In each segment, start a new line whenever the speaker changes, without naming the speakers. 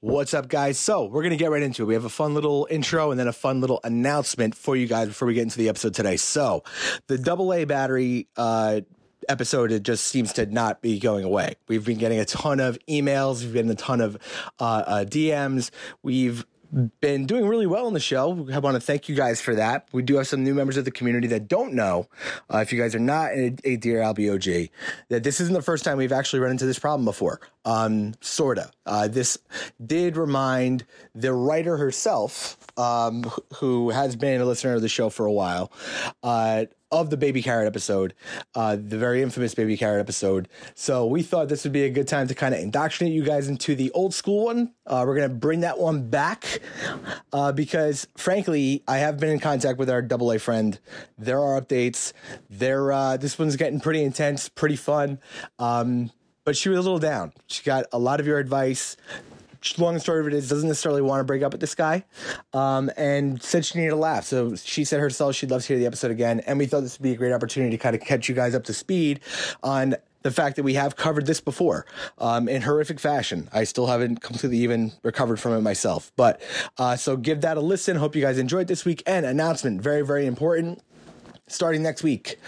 What's up, guys? So, we're going to get right into it. We have a fun little intro and then a fun little announcement for you guys before we get into the episode today. So, the AA battery uh, episode it just seems to not be going away. We've been getting a ton of emails, we've been a ton of uh, uh, DMs. We've been doing really well on the show. I want to thank you guys for that. We do have some new members of the community that don't know, uh, if you guys are not a, a Dear LBOG, that this isn't the first time we've actually run into this problem before. Um, sorta. Uh, this did remind the writer herself, um, wh- who has been a listener of the show for a while, uh, of the baby carrot episode, uh, the very infamous baby carrot episode. So we thought this would be a good time to kind of indoctrinate you guys into the old school one. Uh, we're gonna bring that one back uh, because, frankly, I have been in contact with our AA friend. There are updates. There, uh, this one's getting pretty intense, pretty fun. Um, but she was a little down. She got a lot of your advice long story of it is doesn't necessarily want to break up with this guy um, and said she needed a laugh so she said herself she'd love to hear the episode again and we thought this would be a great opportunity to kind of catch you guys up to speed on the fact that we have covered this before um, in horrific fashion i still haven't completely even recovered from it myself but uh, so give that a listen hope you guys enjoyed this week and announcement very very important starting next week.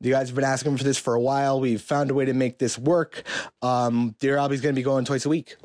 You guys have been asking for this for a while. We've found a way to make this work. Um, Dear Albie's going to be going twice a week.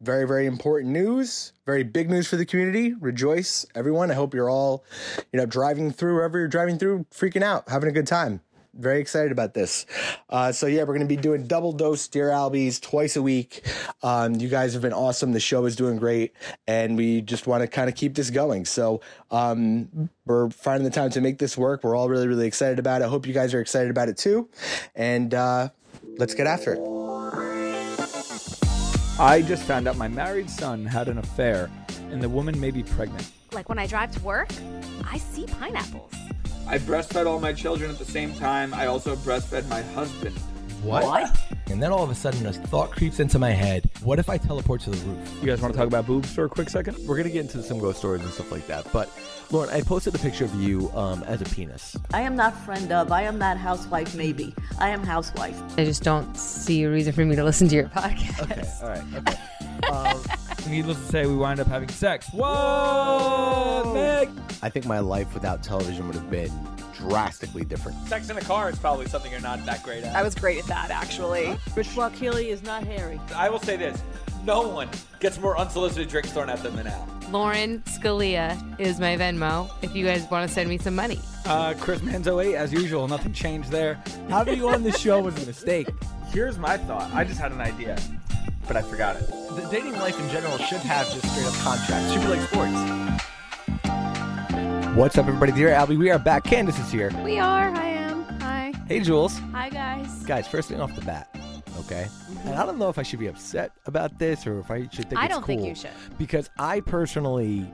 Very, very important news. Very big news for the community. Rejoice, everyone. I hope you're all, you know, driving through wherever you're driving through, freaking out, having a good time. Very excited about this. Uh, so yeah, we're going to be doing double dose Dear Albies twice a week. Um, you guys have been awesome. The show is doing great, and we just want to kind of keep this going. So um, we're finding the time to make this work. We're all really, really excited about it. Hope you guys are excited about it too. And uh, let's get after it.
I just found out my married son had an affair, and the woman may be pregnant.
Like when I drive to work, I see pineapples.
I breastfed all my children at the same time. I also breastfed my husband.
What? And then all of a sudden, a thought creeps into my head. What if I teleport to the roof?
You guys want to talk about boobs for a quick second?
We're gonna get into some ghost stories and stuff like that. But Lauren, I posted a picture of you um, as a penis.
I am not friend of. I am not housewife. Maybe I am housewife.
I just don't see a reason for me to listen to your podcast.
Okay, all right. Okay.
Needless to say, we wind up having sex. Whoa, Meg!
I think my life without television would have been drastically different.
Sex in a car is probably something you're not that great at.
I was great at that, actually.
Rich Keeley is not hairy.
I will say this no one gets more unsolicited drinks thrown at them than Al.
Lauren Scalia is my Venmo if you guys want to send me some money.
Uh, Chris Manzo 8, as usual, nothing changed there. Having you on the show was a mistake.
Here's my thought I just had an idea, but I forgot it.
The dating life in general should have just straight up contracts. Should be like sports. What's up, everybody? Dear Albie, we are back. Candace is here.
We are. I am. Hi.
Hey, Jules.
Hi, guys.
Guys, first thing off the bat, okay?
Mm-hmm.
And I don't know if I should be upset about this or if I should think
I
it's
don't think
cool,
you should.
Because I personally,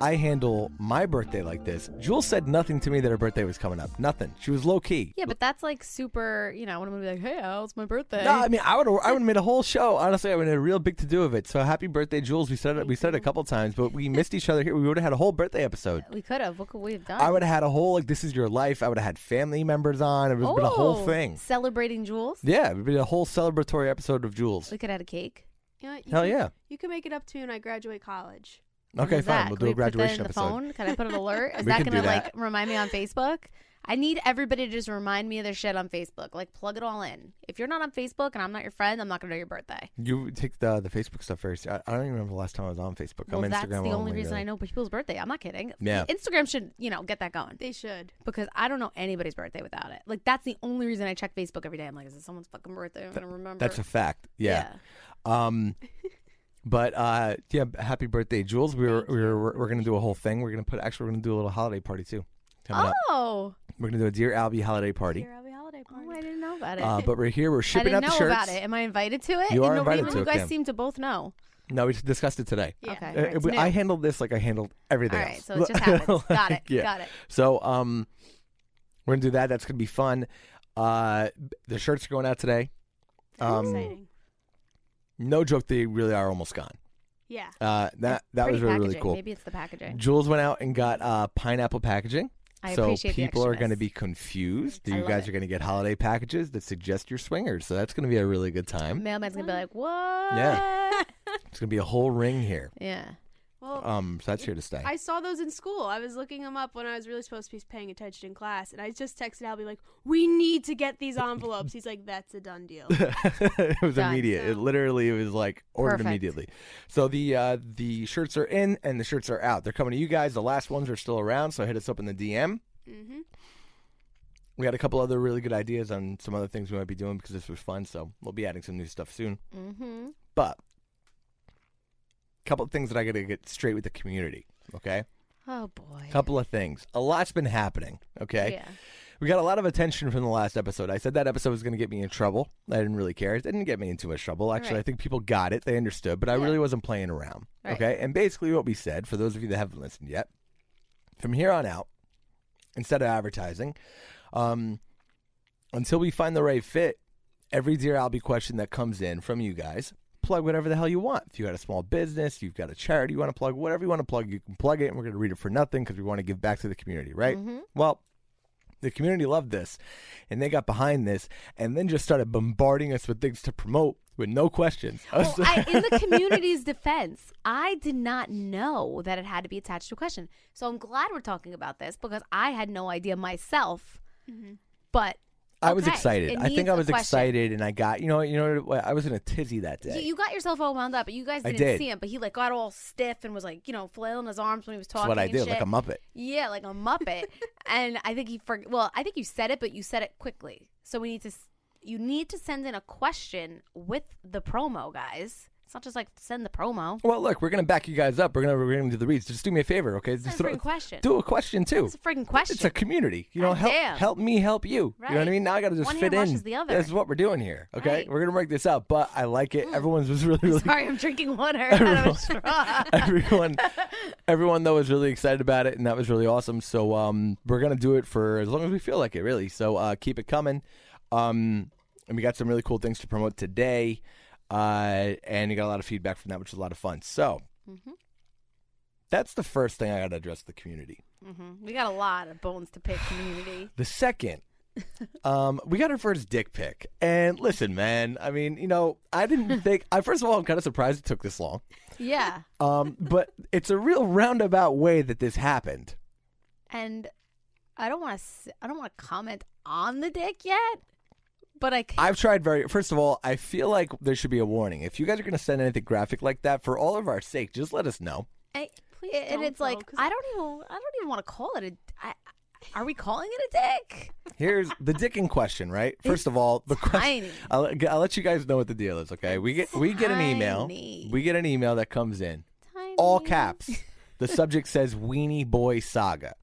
I handle my birthday like this. Jules said nothing to me that her birthday was coming up. Nothing. She was low key.
Yeah, but that's like super. You know, when I'm gonna be like, "Hey, Al, it's my birthday."
No, I mean I would I would have made a whole show. Honestly, I would have had a real big to do of it. So happy birthday, Jules. We said it we said it a couple times, but we missed each other here. We would have had a whole birthday episode.
we could have. What could we have done?
I would have had a whole like this is your life. I would have had family members on. It would have been a whole
Oh,
thing.
Celebrating Jules.
Yeah, it would be a whole celebratory episode of Jules.
We could have had a cake.
You know what? You
Hell
can,
yeah.
You can make it up to and I graduate college.
Okay,
Is
fine.
that-
We'll
can
do a
we put that
graduation
in the
episode.
phone? Can I put an alert? Is
We
that
can do
gonna
that.
like remind me on Facebook? I need everybody to just remind me of their shit on Facebook. Like plug it all in. If you're not on Facebook and I'm not your friend, I'm not gonna know your birthday.
You take the the Facebook stuff very ser- I, I don't even remember the last time I was on Facebook.
well,
I'm Instagram. oh
that's the only reason
really.
I know people's birthday. I'm not kidding.
Yeah.
Instagram should you know get that going.
They should.
because I don't know anybody's birthday without it. Like that's the only reason I check Facebook every day. I'm like, is it someone's fucking birthday? I'm gonna remember.
That's a fact. Yeah. Um, but uh, yeah, happy birthday, Jules. We were, we were we're, we're gonna do a whole thing. We're gonna put actually we're gonna do a little holiday party too. Coming up,
Oh,
we're gonna do a Dear Albie holiday party.
Here, I'll be holiday party.
oh, I didn't know about it.
Uh, but we're here. We're
I
shipping
didn't
out
know
the shirts.
about it. Am I invited to it?
You are
no,
invited
you,
to
you
it,
guys
Kim.
seem to both know.
No, we just discussed it today.
Yeah. Okay,
Uh,
right, it's
we- I
new.
handled this like I handled everything.
All right,
else.
so it just happens. Got it,
yeah.
got it.
So um, we're gonna do that. That's gonna be fun. Uh, the shirts are going out today. Um,
exciting.
No joke, they really are almost gone.
Yeah.
Uh, that that was
Pretty
really really
packaging.
cool.
Maybe it's the packaging.
Jules went out and got uh, pineapple packaging.
I
so
appreciate the
people are
extraness.
going to be confused.
I
You
love
guys
it.
are going to get holiday packages that suggest your swingers. So that's going to be a really good time.
Mailman's gonna be like, what?
Yeah. it's going to be a whole ring here.
Yeah.
Well,
Um, so that's here to stay.
I saw those in school. I was looking them up when I was really supposed to be paying attention in class, and I just texted Albie like, "We need to get these envelopes." He's like, "That's a done deal."
it was
Done.
immediate. It literally was like ordered
Perfect.
immediately. So the uh, the shirts are in and the shirts are out. They're coming to you guys. The last ones are still around, so hit us up in the DM.
mm-hmm.
We had a couple other really good ideas on some other things we might be doing because this was fun. So we'll be adding some new stuff soon.
Mm-hmm.
But a couple of things that I got to get straight with the community. Okay.
Oh boy.
Couple of things. A lot's been happening. Okay.
Yeah.
We got a lot of attention from the last episode. I said that episode was going to get me in trouble. I didn't really care. It didn't get me into much trouble. Actually, I
Right.
think people got it. They understood, but I really wasn't playing around.
Right.
Okay. And basically, what we said, for those of you that haven't listened yet, from here on out, instead of advertising, um, until we find the right fit, every Dear Albie question that comes in from you guys, plug whatever the hell you want. If you got a small business, you've got a charity you want to plug, whatever you want to plug, you can plug it, and we're going to read it for nothing because we want to give back to the community, right?
Mm-hmm.
Mhm.
Well, the community loved this, and they got behind this, and then just started bombarding us with things to promote with no questions. Us-
I, in the community's defense, I did not know that it had to be attached to a question. So I'm glad we're talking about this because I had no idea myself. But
I was
okay,
excited.
it
I think
needs
I
a
was
question.
excited, and I got you know you know what? I was in a tizzy that
You,
day.
you got yourself all wound up, but you guys
I
didn't
did.
see him. But he like got all stiff and was like, you know, flailing his arms when he was
That's
talking.
what I
and
did, like
shit.
a muppet.
Yeah, like a muppet. and I think he forgot. Well, I think you said it, but you said it quickly. So we need to. s- You need to send in a question with the promo, guys. It's not just like send the promo.
Well, look, we're gonna back you guys up. We're gonna we're gonna do the reads. Just do me a favor, okay? Just
a friggin' question.
Do a question too.
It's a friggin' question.
It's a community. You know,
God
help
damn.
help me help you. You know what
Right.
I mean? Now I gotta just
One
fit
hand
in.
washes the other. Mm.
This is what we're doing here. Okay, we're gonna break this up, but I like it. Everyone's was really really
Sorry, I'm drinking water out of a straw.
everyone everyone though was really excited about it and that was really awesome so um we're gonna do it for as long as we feel like it really so uh keep it coming um and we got some really cool things to promote today uh and you got a lot of feedback from that which is a lot of fun so
Mm-hmm.
that's the first thing i gotta address the community
hmm We got a lot of bones to pick, community.
the second um, we got our first dick pic, and listen, man. I mean, you know, I didn't think. I first of all, I'm kind of surprised it took this long.
Yeah,
Um, but it's a real roundabout way that this happened.
and I don't want to. I don't want to comment on the dick yet, but I c-
I've tried very. First of all, I feel like there should be a warning. If you guys are going to send anything graphic like that, for all of our sake, just let us know.
I- and it's like I don't even. I don't even want to call it a. I, are we calling it a dick?
Here's the dick in question, right? First of all, the
tiny.
question. I'll, I'll let you guys know what the deal is. Okay, we get we get an email.
Tiny.
We get an email that comes in, all caps. The subject says "Weenie Boy Saga."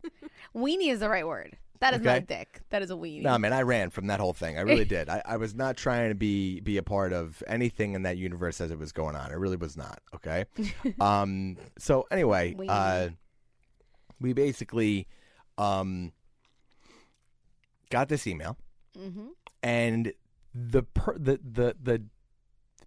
Weenie is the right word. That is not a
Okay.
dick. That is a weenie.
No, man, I ran from that whole thing. I really did. I, I was not trying to be be a part of anything in that universe as it was going on. I really was not. Okay. um. So anyway,
Weenie.
uh, we basically um got this email,
Mm-hmm.
and the per, the the the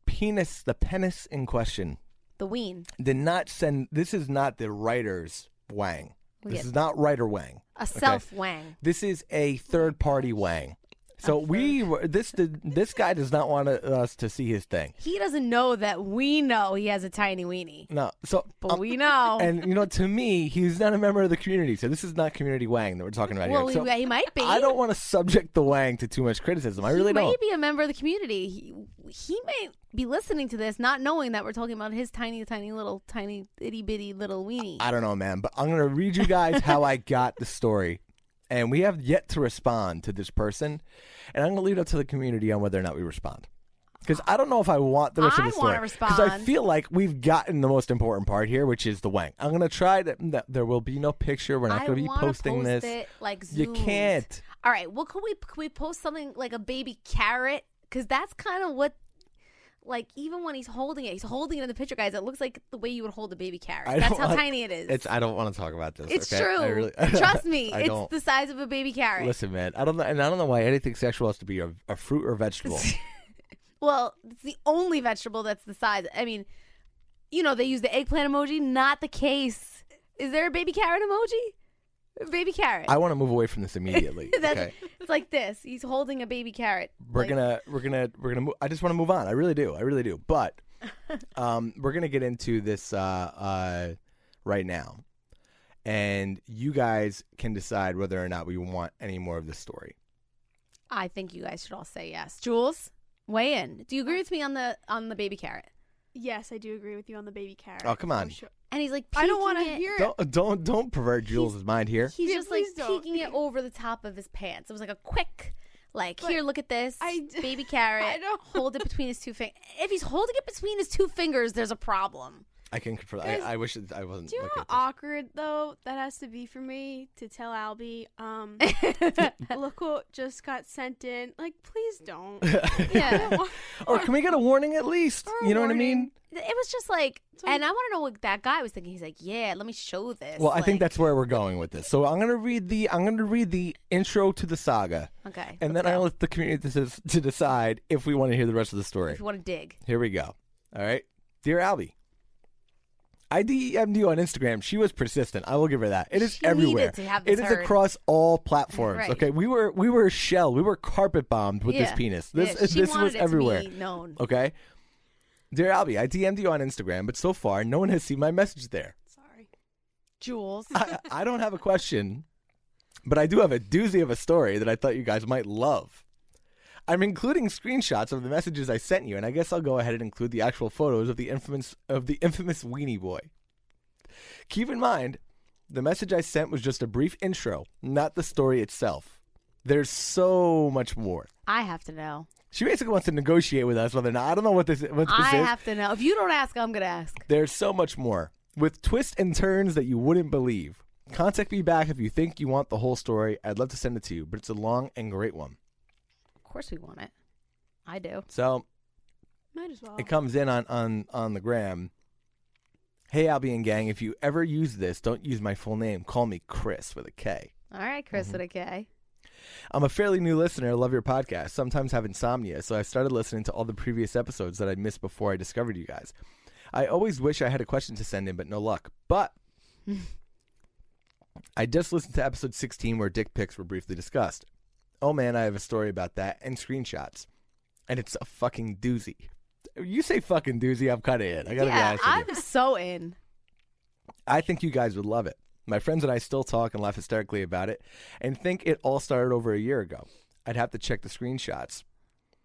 penis the penis in question
The ween.
did not send. This is not the writer's Wang.
We
This
get-
is not writer Wang.
A
okay?
self wang.
This is a third party Wang. So we were, this did, this guy does not want us to see his thing.
He doesn't know that we know he has a tiny weenie,
No, so um,
but we know.
and you know to me he's not a member of the community. So this is not community Wang that we're talking about
well,
here. So
we, he might be.
I don't want to subject the Wang to too much criticism. I really
he may
don't.
be a member of the community. He, he may be listening to this, not knowing that we're talking about his tiny, tiny little, tiny itty bitty little weenie.
I don't know, man. But I'm gonna read you guys how I got the story, and we have yet to respond to this person, and I'm gonna leave it up to the community on whether or not we respond. Because I don't know if I want the rest
I
of the story.
wanna
Because I
respond.
feel like we've gotten the most important part here, which is the wang. I'm gonna try to. no, There will be no picture. We're not
I
gonna be
wanna
posting
post
this.
It, like
you
zoomed.
can't.
All right. Well, could we could we post something like a baby carrot? Because that's kind of what like even when he's holding it, he's holding it in the picture, guys. It looks like the way you would hold a baby carrot.
I
That's
don't
how
want-
tiny it is.
It's I don't want to talk about this.
It's
okay? I
true.
really-
Trust me,
I
it's
don't.
the size of a baby carrot.
Listen, man, I don't know, and I don't know why anything sexual has to be a, a fruit or vegetable.
Well, it's the only vegetable that's the size. I mean, you know, they use the eggplant emoji, not the case. Is there a baby carrot emoji? A baby carrot.
I want to move away from this immediately.
That's-
okay,
It's like this. He's holding a baby carrot.
we're gonna we're gonna we're gonna. Mo- I just want to move on. I really do. I really do. But um, we're gonna get into this uh, uh, right now, and you guys can decide whether or not we want any more of this story.
I think you guys should all say yes. Jules, weigh in. Do you agree with me on the on the baby carrot?
Yes, I do agree with you on the baby carrot.
Oh, come
for
on.
sure.
And he's like,
I don't
want to
hear it.
Don't don't don't pervert Jules' mind here.
He's
Yeah,
just like
please don't.
peeking it over the top of his pants. It was like a quick, like
But
here, look at this
I d-
baby carrot.
I don't-
hold it between his two fingers. If he's holding it between his two fingers, there's a problem.
I can confirm. I,
Guys,
I wish it, I wasn't.
Do you know
looking at
how
this.
awkward though that has to be for me to tell Albie? Um, look what just got sent in. Like, please don't.
Yeah.
or can we get a warning at least?
Or a
You know what I
warning.
mean?
It was just like,
So-
and I want to know what that guy was thinking. He's like, yeah, let me show this.
Well, I think
Like,
that's where we're going with this. So I'm gonna read the I'm gonna read the intro to the saga,
okay.
and
let's
then I
go.
let the community to, to decide if we want to hear the rest of the story.
if you want to dig,
Here we go. All right, dear Albie, I DM'd you on Instagram. She was persistent. I will give her that. It is
She needed
everywhere.
to have
it
this
is
heard.
across all platforms.
Right.
Okay, we were we were shell. We were carpet bombed with this
Yeah.
penis. This
Yeah, she
this
wanted
was
it
everywhere.
To be known.
Okay. Dear Albie, I DM'd you on Instagram, but so far no one has seen my message there.
Sorry.
Jules.
I, I don't have a question, but I do have a doozy of a story that I thought you guys might love. I'm including screenshots of the messages I sent you, and I guess I'll go ahead and include the actual photos of the infamous of the infamous weenie boy. Keep in mind, the message I sent was just a brief intro, not the story itself. There's so much more.
I have to know.
She basically wants to negotiate with us whether or not I don't know what this what this
I
is.
have to know. If you don't ask, I'm gonna ask.
There's so much more with twists and turns that you wouldn't believe. Contact me back if you think you want the whole story. I'd love to send it to you, but it's a long and great one.
Of course, we want it. I do.
So
Might as well.
it comes in on on on the gram. Hey, Albie and gang, if you ever use this, don't use my full name. Call me Chris with a K.
All right, Chris
Mm-hmm.
with a K.
I'm a fairly new listener. Love your podcast. Sometimes have insomnia, so I started listening to all the previous episodes that I missed before I discovered you guys. I always wish I had a question to send in, but no luck. But I just listened to episode 16 where dick pics were briefly discussed. Oh man, I have a story about that and screenshots, and it's a fucking doozy. You say fucking doozy, I'm kind of in. I gotta be
yeah,
honest. with you.
I'm so in.
I think you guys would love it. My friends and I still talk and laugh hysterically about it and think it all started over a year ago. I'd have to check the screenshots.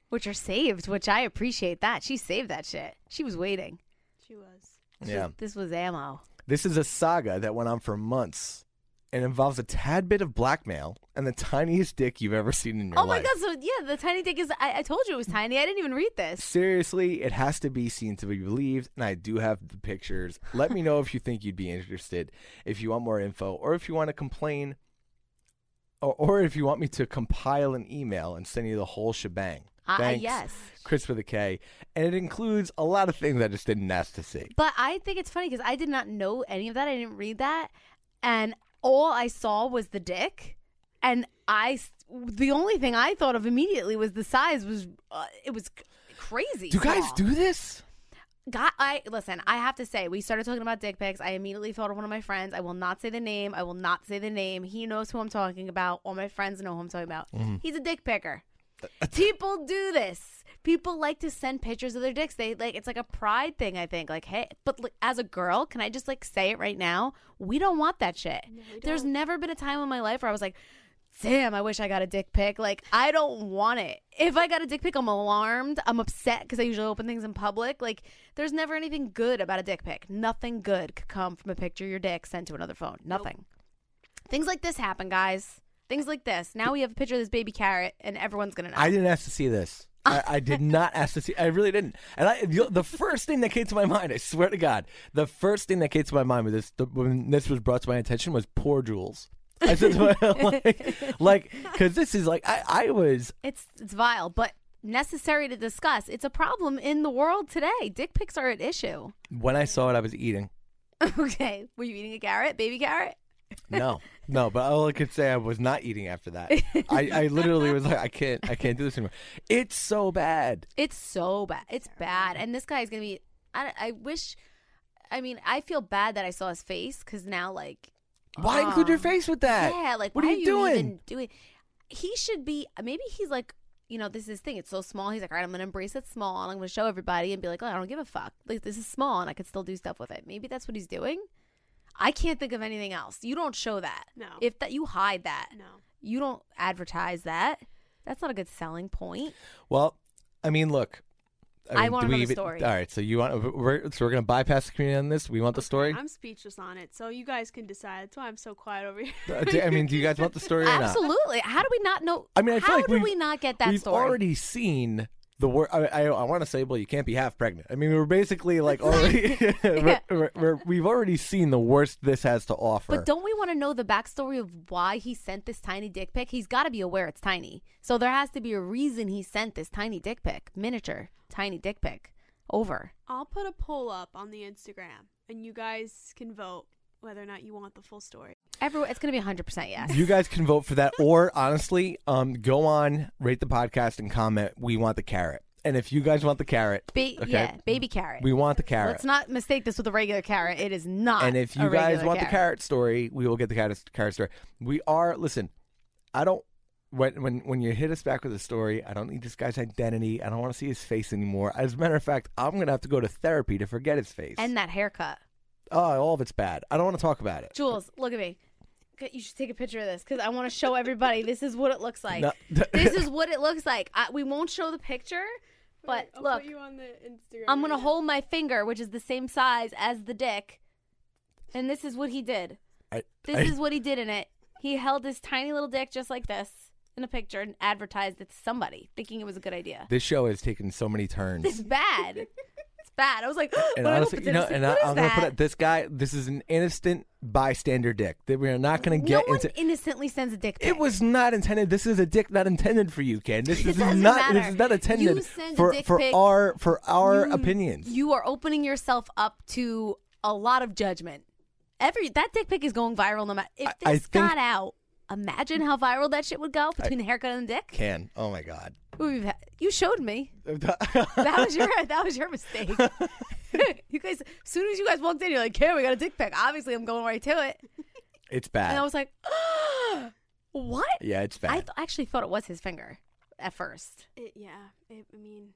Which are saved, which I appreciate that. She saved that shit. She was waiting.
She was.
This
Yeah.
was- This was ammo.
This is a saga that went on for months and involves a tad bit of blackmail and the tiniest dick you've ever seen in your
oh my
life.
god, so yeah, the tiny dick is I, I told you it was tiny. I didn't even read this.
Seriously, it has to be seen to be believed, and I do have the pictures. Let me know if you think you'd be interested, if you want more info, or if you want to complain, or, or if you want me to compile an email and send you the whole shebang.
Ah,
Thanks,
yes.
Chris with a K. And it includes a lot of things I just didn't ask to see.
But I think it's funny because I did not know any of that. I didn't read that. And all I saw was the dick. And I, s- the only thing I thought of immediately was the size was, uh, it was c- crazy.
Do you guys
small.
do this?
God, I listen. I have to say, we started talking about dick pics. I immediately thought of one of my friends. I will not say the name. I will not say the name. He knows who I'm talking about. All my friends know who I'm talking about. He's a dick picker. People do this. People like to send pictures of their dicks. They like it's like a pride thing. I think like hey, but like, as a girl, can I just like say it right now? We don't want that shit. There's never been a time in my life where I was like. Damn, I wish I got a dick pic. Like, I don't want it. If I got a dick pic, I'm alarmed. I'm upset because I usually open things in public. Like, there's never anything good about a dick pic. Nothing good could come from a picture of your dick sent to another phone. Nothing. Things like this happen, guys. Things like this. Now we have a picture of this baby carrot, and everyone's gonna know.
I didn't ask to see this. I, I did not ask to see. I really didn't. And I, the, the first thing that came to my mind, I swear to God, the first thing that came to my mind with this when this was brought to my attention was poor Jules. I said, to my- like, because this is like I, I was
it's it's vile, but necessary to discuss. It's a problem in the world today. Dick pics are an issue.
When I saw it, I was eating.
okay. Were you eating a carrot, baby carrot?
No, no, but all I could say I was not eating after that. I, I literally was like, I can't, I can't do this anymore. It's so bad.
It's so bad. It's bad. And this guy is going to be. I, I wish. I mean, I feel bad that I saw his face because now, like.
Why include your face with that?
Yeah, like,
what
why
are you doing?
even doing? He should be. uh, Maybe he's like, you know, this is his thing. It's so small. He's like, all right, I'm going to embrace it small and I'm going to show everybody and be like, oh, I don't give a fuck. Like, this is small and I could still do stuff with it. Maybe that's what he's doing. I can't think of anything else. You don't show that.
No.
If that, you hide that.
No.
You don't advertise that. That's not a good selling point.
Well, I mean, look.
I
mean,
want
do we
another
even-
story.
All right, so you want we're, so we're gonna bypass the community on this. We want the story.
I'm speechless on it, so you guys can decide. That's why I'm so quiet over here.
Uh, do- I mean, do you guys want the story or not?
Absolutely. How do we not know?
I mean, I
how
feel like
do
we've-
we not get that
We've
story?
already seen the word. I, I, I want to say, well, you can't be half pregnant. I mean, we're basically like already. we're, we're, we're, we've already seen the worst this has to offer.
But don't we want to know the backstory of why he sent this tiny dick pic? He's got to be aware it's tiny. So there has to be a reason he sent this tiny dick pic, miniature, tiny dick pic. Over.
I'll put a poll up on the Instagram, and you guys can vote whether or not you want the full story.
Everyone, it's going to be 100% yes.
You guys can vote for that, or honestly, um, go on, rate the podcast, and comment. We want the carrot, and if you guys want the carrot,
Ba-
okay,
Yeah, baby carrot.
we want the carrot.
Let's not mistake this with a regular carrot. It is not.
And if
a
you guys
regular
want the carrot story, we will get the carrot, carrot story. We are listen. I don't when when when you hit us back with a story. I don't need this guy's identity. I don't want to see his face anymore. As a matter of fact, I'm gonna have to go to therapy to forget his face.
And that haircut.
oh, all of it's bad. I don't want to talk about it.
Jules, look at me. Okay, You should take a picture of this because I want to show everybody. This is what it looks like.
No.
this is what it looks like. I, we won't show the picture, but
I'll
look,
put you on the Instagram.
I'm gonna
right now.
hold my finger, which is the same size as the dick, and this is what he did.
I,
This
I-
is what he did in it. He held his tiny little dick just like this in a picture and advertised it to somebody, thinking it was a good idea.
this show has taken so many
This
turns.
is bad. it's bad. I was like,
And
when
honestly,
I
you know, and I, I'm gonna put it. This guy, this is an innocent bystander dick that we are not gonna
no
get
one
into.
innocently sends a dick. Pic.
It was not intended. This is a dick not intended for you, Ken. This
It
is not.
doesn't
This
matter.
is not
You
intended
send a
for
dick
for
pic,
our for our
you-
opinions.
You are opening yourself up to a lot of judgment. Every that dick pic is going viral no matter if this
I- I think-
got out. Imagine how viral that shit would go between the haircut and the dick.
Ken, oh my god.
We've had- you showed me. That was your that was your mistake. you guys, as soon as you guys walked in, you're like, "Here, we got a dick pic." Obviously, I'm going right to it,
it's bad.
and I was like, "Ah, "What?"
yeah, it's bad.
I th- actually thought it was his finger at first.
It, yeah, it, I mean,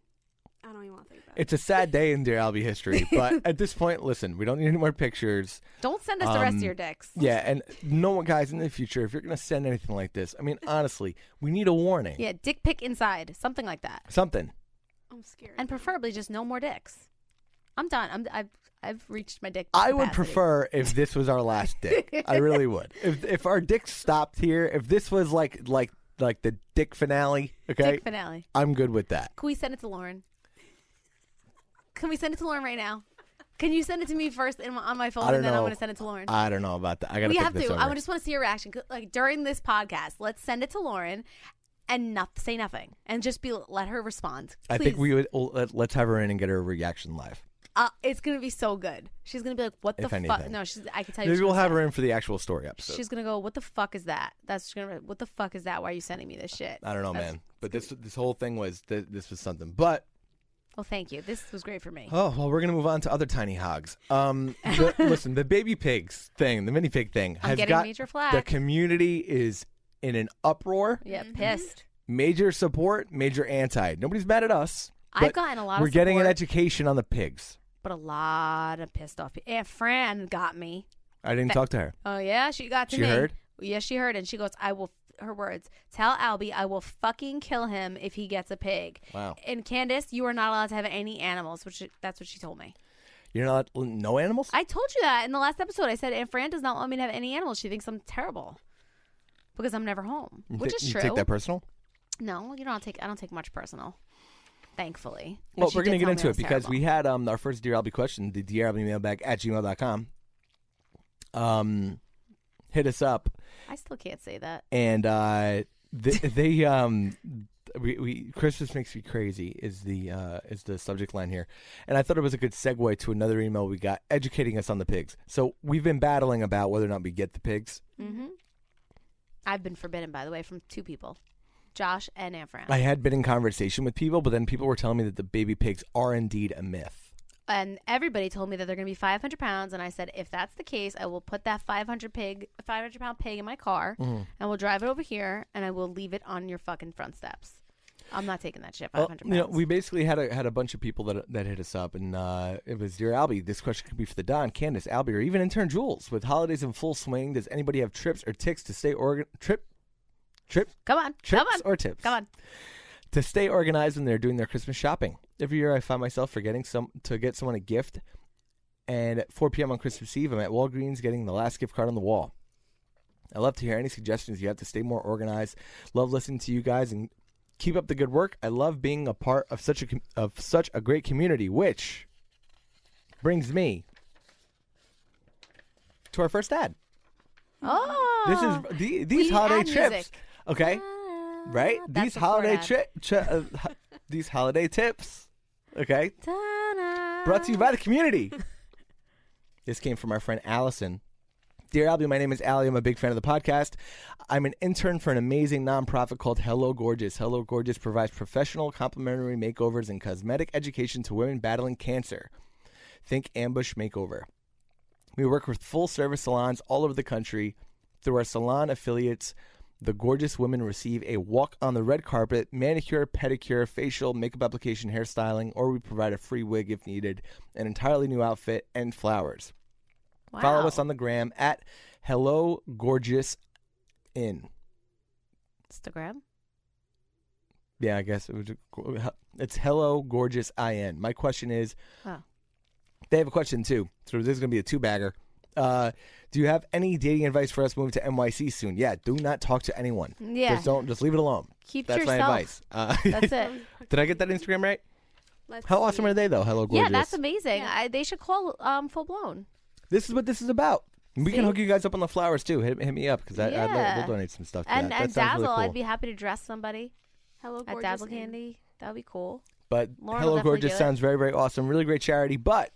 I don't even want to think about it.
it's a sad day in Dear Albie history, but at this point, listen, we don't need any more pictures.
Don't send us the rest of
Um,
your dicks.
Yeah, and no one, guys, in the future, if you're gonna send anything like this, I mean, honestly, we need a warning,
yeah, dick pic inside, something like that.
something.
I'm scared.
and
now.
preferably just no more dicks. I'm done. I'm I've I've reached my dick.
I would
capacity.
prefer if this was our last dick. I really would. If if our dick stopped here, if this was like like like the dick finale, okay,
dick finale.
I'm good with that.
Can we send it to Lauren? Can we send it to Lauren right now? Can you send it to me first in, on my phone,
I don't
and then
know.
I'm going to send it to Lauren?
I don't know about that. I gotta
we
think
have
this
to.
over.
I just want to see your reaction. 'Cause, Like during this podcast, let's send it to Lauren and not say nothing, and just be let her respond.
I
Please.
think we would well, let- let's have her in and get her reaction live.
Uh, it's going to be so good. She's going to be like, "What the
If
fuck?"
anything.
No, she's. I can tell you.
Maybe
she's
we'll
gonna
have
say-
her in for the actual story episode.
She's gonna go. What the fuck is that? That's she's gonna. What the fuck is that? Why are you sending me this shit?
I don't know,
That's-
man. But this this whole thing was th- this was something. But
Well, thank you. This was great for me.
oh well, we're gonna move on to other tiny hogs. Um, the- listen, the baby pigs thing, the mini pig thing,
I'm
has
getting
got
major
the
flack.
community is in an uproar.
yeah, pissed.
Major support, major anti. Nobody's mad at us.
I've
but
gotten a lot of
We're getting an
support.
education on the pigs.
But a lot of pissed off. pe- Aunt Fran got me.
I didn't talk to her.
Oh yeah, she got to
She
me.
heard?
Yeah, she heard, and she goes, "I will." Her words. Tell Albie I will fucking kill him if he gets a pig.
Wow.
And Candace, you are not allowed to have any animals, which that's what she told me.
You're not no animals.
I told you that in the last episode. I said Aunt Fran does not want me to have any animals. She thinks I'm terrible because I'm never home,
You
which
ta-
is
you
true.
Take that personal.
no, you don't take. I don't take much personal, thankfully. But
Well,
she
we're
did
going to get
tell me I
into it
was
because we
terrible.
had um, our first Dear Albie question, the Dear Albie mailbag at gmail.com. Um, hit us up,
I still can't say that.
and uh, they, they um, we, we Christmas makes me crazy is the uh, is the subject line here, and I thought it was a good segue to another email we got educating us on the pigs. So we've been battling about whether or not we get the pigs.
Mm-hmm. I've been forbidden, by the way, from two people, Josh and Amfran.
I had been in conversation with people, but then people were telling me that the baby pigs are indeed a myth.
and everybody told me that they're going to be 500 pounds. And I said, if that's the case, I will put that 500 pig, 500 pound pig in my car,
Mhm.
and we'll drive it over here, and I will leave it on your fucking front steps. I'm not taking that shit.
Well,
500
you know, we basically had a had a bunch of people that that hit us up, and uh, it was dear Albie. This question could be for the Don, Candace, Albie, or even intern Jules. With holidays in full swing, does anybody have trips or ticks to stay organ trip trip?
Come on,
trips
come on,
or tips?
Come on.
to stay organized when they're doing their Christmas shopping. Every year, I find myself forgetting some to get someone a gift, and at 4 p.m. on Christmas Eve, I'm at Walgreens getting the last gift card on the wall. I love to hear any suggestions you have to stay more organized. Love listening to you guys and keep up the good work. I love being a part of such a com- of such a great community, which brings me to our first ad.
Oh,
This is the,
we
these
need
holiday
ad
trips.
music.
Okay, right? These
Oh. the Florida
holiday
ad.
trip, tri- uh, ho- these holiday tips. Okay, brought to you by the community. this came from our friend Allison. Dear Albie, my name is Allie. I'm a big fan of the podcast. I'm an intern for an amazing nonprofit called Hello Gorgeous. Hello Gorgeous provides professional complimentary makeovers and cosmetic education to women battling cancer. Think ambush makeover. We work with full service salons all over the country. Through our salon affiliates, the gorgeous women receive a walk on the red carpet, manicure, pedicure, facial, makeup application, hairstyling, or we provide a free wig if needed, an entirely new outfit, and flowers. Follow us on the gram at Hello Gorgeous Inn.
Instagram.
Yeah, I guess it was, it's Hello Gorgeous IN. My question is
Oh.
They have a question too. So this is going to be a two bagger. Uh, do you have any dating advice for us moving to NYC soon? Yeah, do not talk to anyone.
Yeah.
Just don't, just leave it alone.
Keep to
That's my
yourself.
advice. Uh,
That's it.
Did I get that Instagram right?
Let's
How awesome are they though? Hello, gorgeous.
Yeah, that's amazing. I, they should call um, full blown.
this is what this is about. We can hook you guys up on the flowers too. Hit, hit me up because I, I,
Yeah.
we'll donate some stuff to
and
that.
and
that sounds
dazzle.
really cool.
I'd be happy to dress somebody.
Hello,
at
gorgeous
dazzle
Ann.
candy. That'd be cool.
But
Lauren will
Hello
definitely
Gorgeous
do it.
sounds very, very awesome. Really great charity. But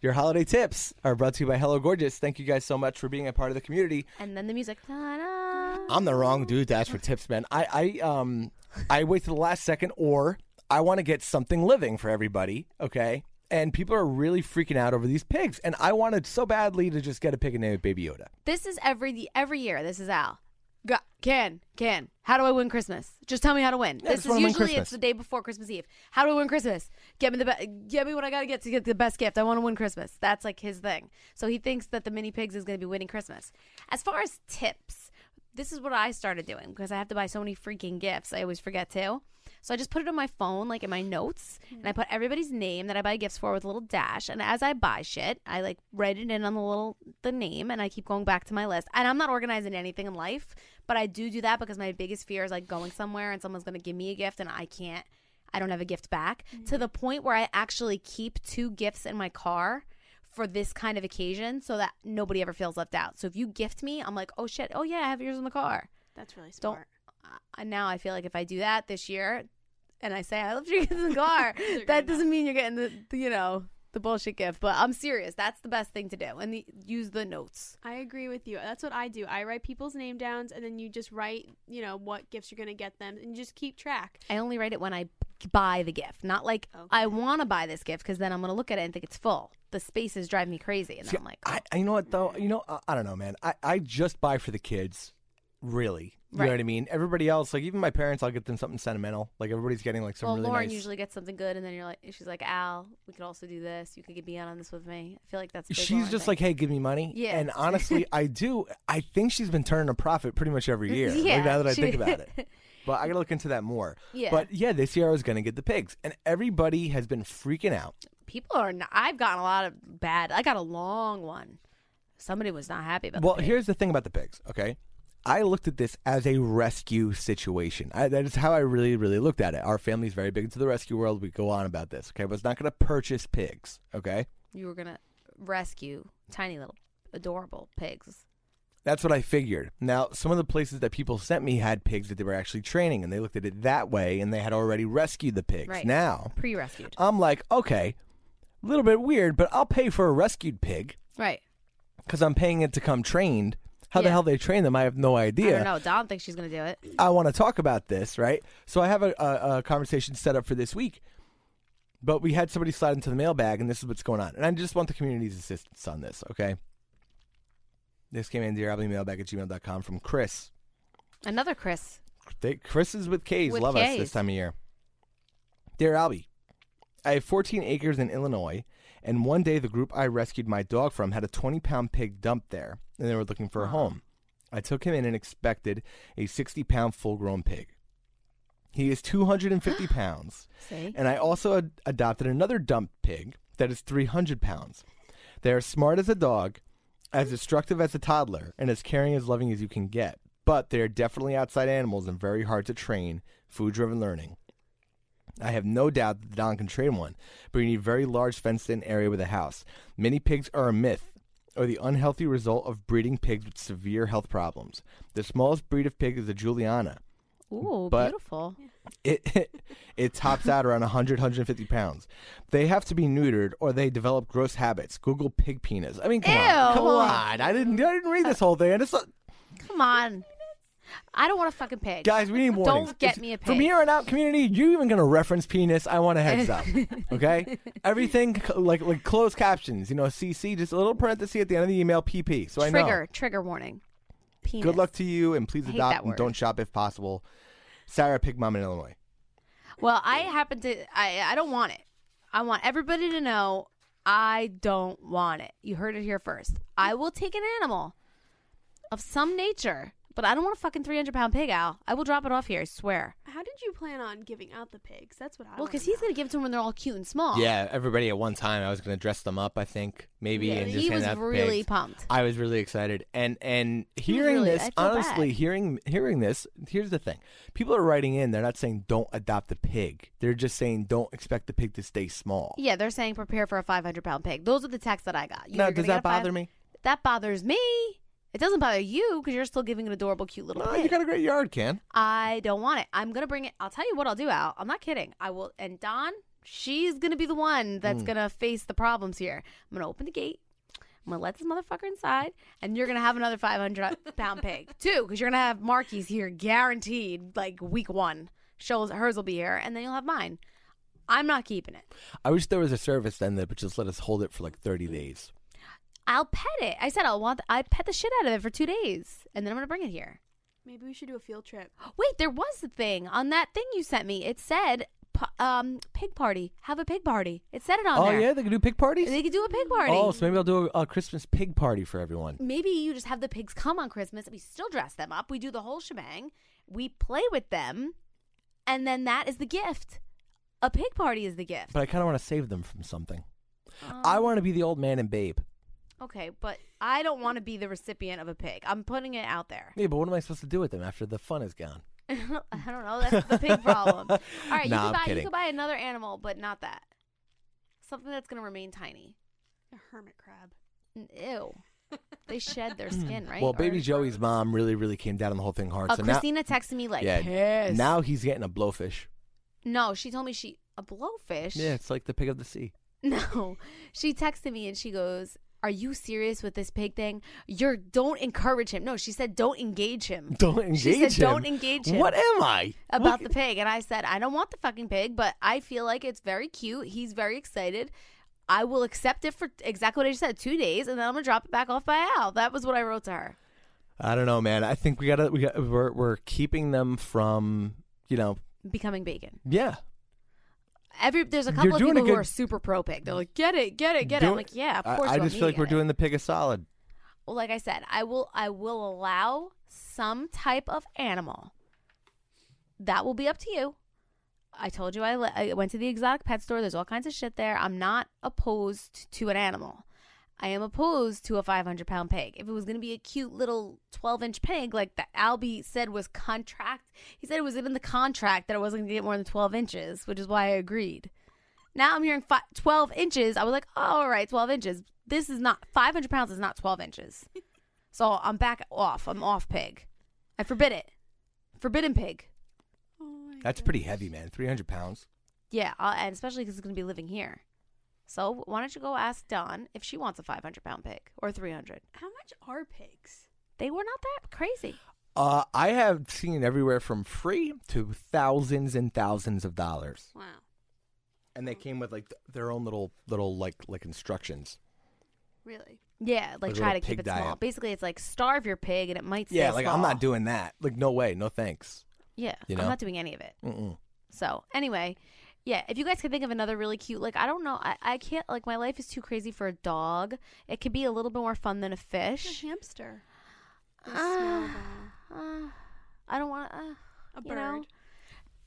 your holiday tips are brought to you by Hello Gorgeous. Thank you guys so much for being a part of the community.
And then the music. Ta-da.
I'm the wrong dude to ask for tips, man. I, I um I wait to the last second or I want to get something living for everybody, okay? And people are really freaking out over these pigs. And I wanted so badly to just get a pig and name it Baby Yoda.
This is every every year. This is Al. Go, can can. How do I win Christmas? Just tell me how to win.
Yeah,
this
just
is
wanna win
usually
Christmas.
it's the day before Christmas Eve. How do I win Christmas? Get me the be- get me what I gotta get to get the best gift. I want to win Christmas. That's like his thing. So he thinks that the mini pigs is gonna be winning Christmas. As far as tips, this is what I started doing because I have to buy so many freaking gifts. I always forget to. So I just put it on my phone, like in my notes, and I put everybody's name that I buy gifts for with a little dash. And as I buy shit, I like write it in on the little the name, and I keep going back to my list. And I'm not organizing anything in life, but I do do that because my biggest fear is like going somewhere and someone's gonna give me a gift and I can't. I don't have a gift back to the point where I actually keep two gifts in my car for this kind of occasion so that nobody ever feels left out. So if you gift me, I'm like, oh shit, oh yeah, I have yours in the car.
That's really smart.
Don't. And now I feel like if I do that this year, and I say I love your gift in the car, that doesn't mean you're getting the, the, you know the bullshit gift. But I'm serious. That's the best thing to do. And the, use the notes.
I agree with you. That's what I do. I write people's name downs, and then you just write, you know, what gifts you're gonna get them, and just keep track.
I only write it when I buy the gift, not like I want to buy this gift because then I'm gonna look at it and think it's full. The spaces drive me crazy, and
See,
then I'm like, "Oh,
I, I- you know what though? You know, I, I don't know, man. I, I just buy for the kids, really. You know
Right.
what I mean? Everybody else, like even my parents, I'll get them something sentimental. Like everybody's getting like some
well,
really
Lauren
nice.
usually gets something good, and then you're like, she's like, Al, we could also do this. You could be on on this with me. I feel like that's a big
She's
Lauren
just
thing.
like, hey, give me money.
Yeah.
And honestly, I do. I think she's been turning a profit pretty much every year. like,
Yeah,
now that I
she-
think about it. But I gotta look into that more.
Yeah.
But yeah, this year I was gonna get the pigs, and everybody has been freaking out.
people are not, I've gotten a lot of bad. I got a long one. Somebody was not happy about
Well,
the pig.
here's the thing about the pigs, okay? I looked at this as a rescue situation. I, that is how I really, really looked at it. Our family's very big into the rescue world. We go on about this, okay? But it's not going to purchase pigs, okay?
you were going to rescue tiny little adorable pigs.
That's what I figured. Now, some of the places that people sent me had pigs that they were actually training, and they looked at it that way, and they had already rescued the pigs.
Right.
Now,
Pre-rescued.
I'm like, okay, a little bit weird, but I'll pay for a rescued pig
Right.
because I'm paying it to come trained. How the
Yeah.
hell they train them, I have no idea.
I don't know. Dom thinks she's gonna do it.
I want to talk about this, right? So I have a, a, a conversation set up for this week, but we had somebody slide into the mailbag, and this is what's going on. And I just want the community's assistance on this, okay? This came in, dear mailbag at gmail.com from Chris.
Another Chris.
They, Chris is with K's.
With
Love us
Ks.
this time of year. Dear Albie, I have 14 acres in Illinois, and one day the group I rescued my dog from had a 20 pound pig dumped there, and they were looking for a home. I took him in and expected a 60 pound full grown pig. He is 250 pounds,
See?
and I also ad- adopted another dumped pig that is 300 pounds. They are smart as a dog, as destructive as a toddler, and as caring as loving as you can get. But they are definitely outside animals and very hard to train, food driven learning. I have no doubt that the Don can train one, but you need a very large fenced in area with a house. Many pigs are a myth, or the unhealthy result of breeding pigs with severe health problems. The smallest breed of pig is a Juliana.
Ooh,
But-
beautiful.
It, it, it tops out around 100, 150 pounds. They have to be neutered or they develop gross habits. Google pig penis. I mean, come on.
Ew.
Come on. I didn't, I didn't read this whole thing. I just thought-
Come on. I don't want a fucking pig.
guys, we need warnings.
Don't get
If-
me a pig.
From here on out, community, you even going to reference penis. I want a heads up. Okay? Everything, c- like like closed captions, you know, CC, just a little parenthesis at the end of the email, PP. So I know.
trigger, trigger warning. Penis.
Good luck to you and please
I hate
adopt
that
and
word.
don't shop if possible. Sarah Pig Mom in Illinois.
Well, I happen to I I don't want it. I want everybody to know I don't want it. You heard it here first. I will take an animal of some nature, but I don't want a fucking 300 pound pig, Al. I will drop it off here, I swear.
How did you plan on giving out the pigs? That's what I.
Well,
wanna
because he's
know.
going to give it to them when they're all cute and small.
Yeah, everybody at one time. I was going to dress them up, I think, maybe,
Yeah,
and just
he
hand
was
out the
really
pigs.
pumped.
I was really excited, and and hearing
really-
this,
I feel
honestly,
bad.
hearing hearing this. Here's the thing: people are writing in. They're not saying don't adopt the pig. They're just saying don't expect the pig to stay small.
Yeah, they're saying prepare for a 500 pound pig. Those are the texts that I got. You
Now,
were gonna
does
get
that
a five-
bother me?
That bothers me. It doesn't bother you because you're still giving an adorable, cute little
No,
pig.
you got a great yard, Can.
I don't want it. I'm gonna bring it. I'll tell you what I'll do, Al. I'm not kidding. I will. And Don, she's gonna be the one that's gonna face the problems here. I'm gonna open the gate. I'm gonna let this motherfucker inside, and you're gonna have another 500 pound pig too, because you're gonna have Marky's here, guaranteed. Like week one, shows hers will be here, and then you'll have mine. I'm not keeping it.
I wish there was a service then that would just let us hold it for like 30 days.
I'll pet it. I said I'll want. I pet the shit out of it for two days, and then I'm gonna bring it here.
Maybe we should do a field trip.
Wait, there was a thing on that thing you sent me. It said, p- um, pig party. Have a pig party. It said it on
oh
there.
yeah, they could do pig parties.
They could do a pig party.
Oh, so maybe I'll do a, a Christmas pig party for everyone.
Maybe you just have the pigs come on Christmas. We still dress them up. We do the whole shebang. We play with them. And then that is the gift. A pig party is the gift.
But I kind of want to save them from something.
Um,
I want to be the old man and Babe.
Okay, but I don't want to be the recipient of a pig. I'm putting it out there.
Yeah, but what am I supposed to do with them after the fun is gone?
I don't know. That's the pig problem. All right,
Nah, I'm
you, can buy, you
kidding.
can buy another animal, but not that. Something that's going to remain tiny.
A hermit crab.
N- Ew. They shed their skin, right?
Well,
Or-
baby Joey's mom really, really came down on the whole thing hard.
Uh,
so
Christina texted me
now,
like,
yeah,
pissed.
now he's getting a blowfish.
no, she told me she a blowfish.
Yeah, it's like the pig of the sea.
No, she texted me and she goes, "Are you serious with this pig thing? You're don't encourage him." No, she said, "Don't engage him."
Don't engage
She said,
him.
"Don't engage him."
What am I
about
Look-
the pig, and I said, "I don't want the fucking pig, but I feel like it's very cute. He's very excited." I will accept it for exactly what I just said, two days, and then I'm gonna drop it back off by Al. That was what I wrote to her.
I don't know, man. I think we gotta we got we're we're keeping them from you know
Becoming bacon.
yeah
Every there's a
You're
couple of
doing a
people who
good-
are super pro pig. They're like, get it, get it, get it. I'm
Doing-
like, yeah,
I-
of course. Oh
I,
you want
just
me
feel
to
like we're
get it."
doing the pig a solid.
Well, like I said, I will I will allow some type of animal. That will be up to you. I told you I, le- I went to the exotic pet store. There's all kinds of shit there. I'm not opposed to an animal. I am opposed to a 500 pound pig. If it was going to be a cute little 12 inch pig, like the Albie said was contract, he said it was in the contract that I wasn't going to get more than 12 inches, which is why I agreed. Now I'm hearing fi- 12 inches. I was like, oh, all right, 12 inches. This is not 500 pounds. Is not 12 inches. So I'm back off. I'm off pig. I forbid it. Forbidden pig.
Oh
That's pretty heavy, man. 300 pounds.
Yeah, i and especially because it's going to be living here. So why don't you go ask Dawn if she wants a 500 pound pig or 300?
How much are pigs?
They were not that crazy.
Uh, I have seen everywhere from free to thousands and thousands of dollars.
Wow.
And they came with like th- their own little, little like, like instructions.
Really?
Yeah, like
Like a
try
little
to keep
pig
it small.
diet.
Basically, it's like starve your pig and it might stay
yeah, like I'm
small.
not doing that. Like, no way. No thanks.
Yeah,
you
I'm
know?
not doing any of it.
Mm-mm.
So anyway, yeah, if you guys can think of another really cute, like I don't know, I, I can't like my life is too crazy for a dog. It could be a little bit more fun than a fish.
A hamster. They smell
Ah,
bad.
ah, I don't want to. Uh,
A
you know?
bird.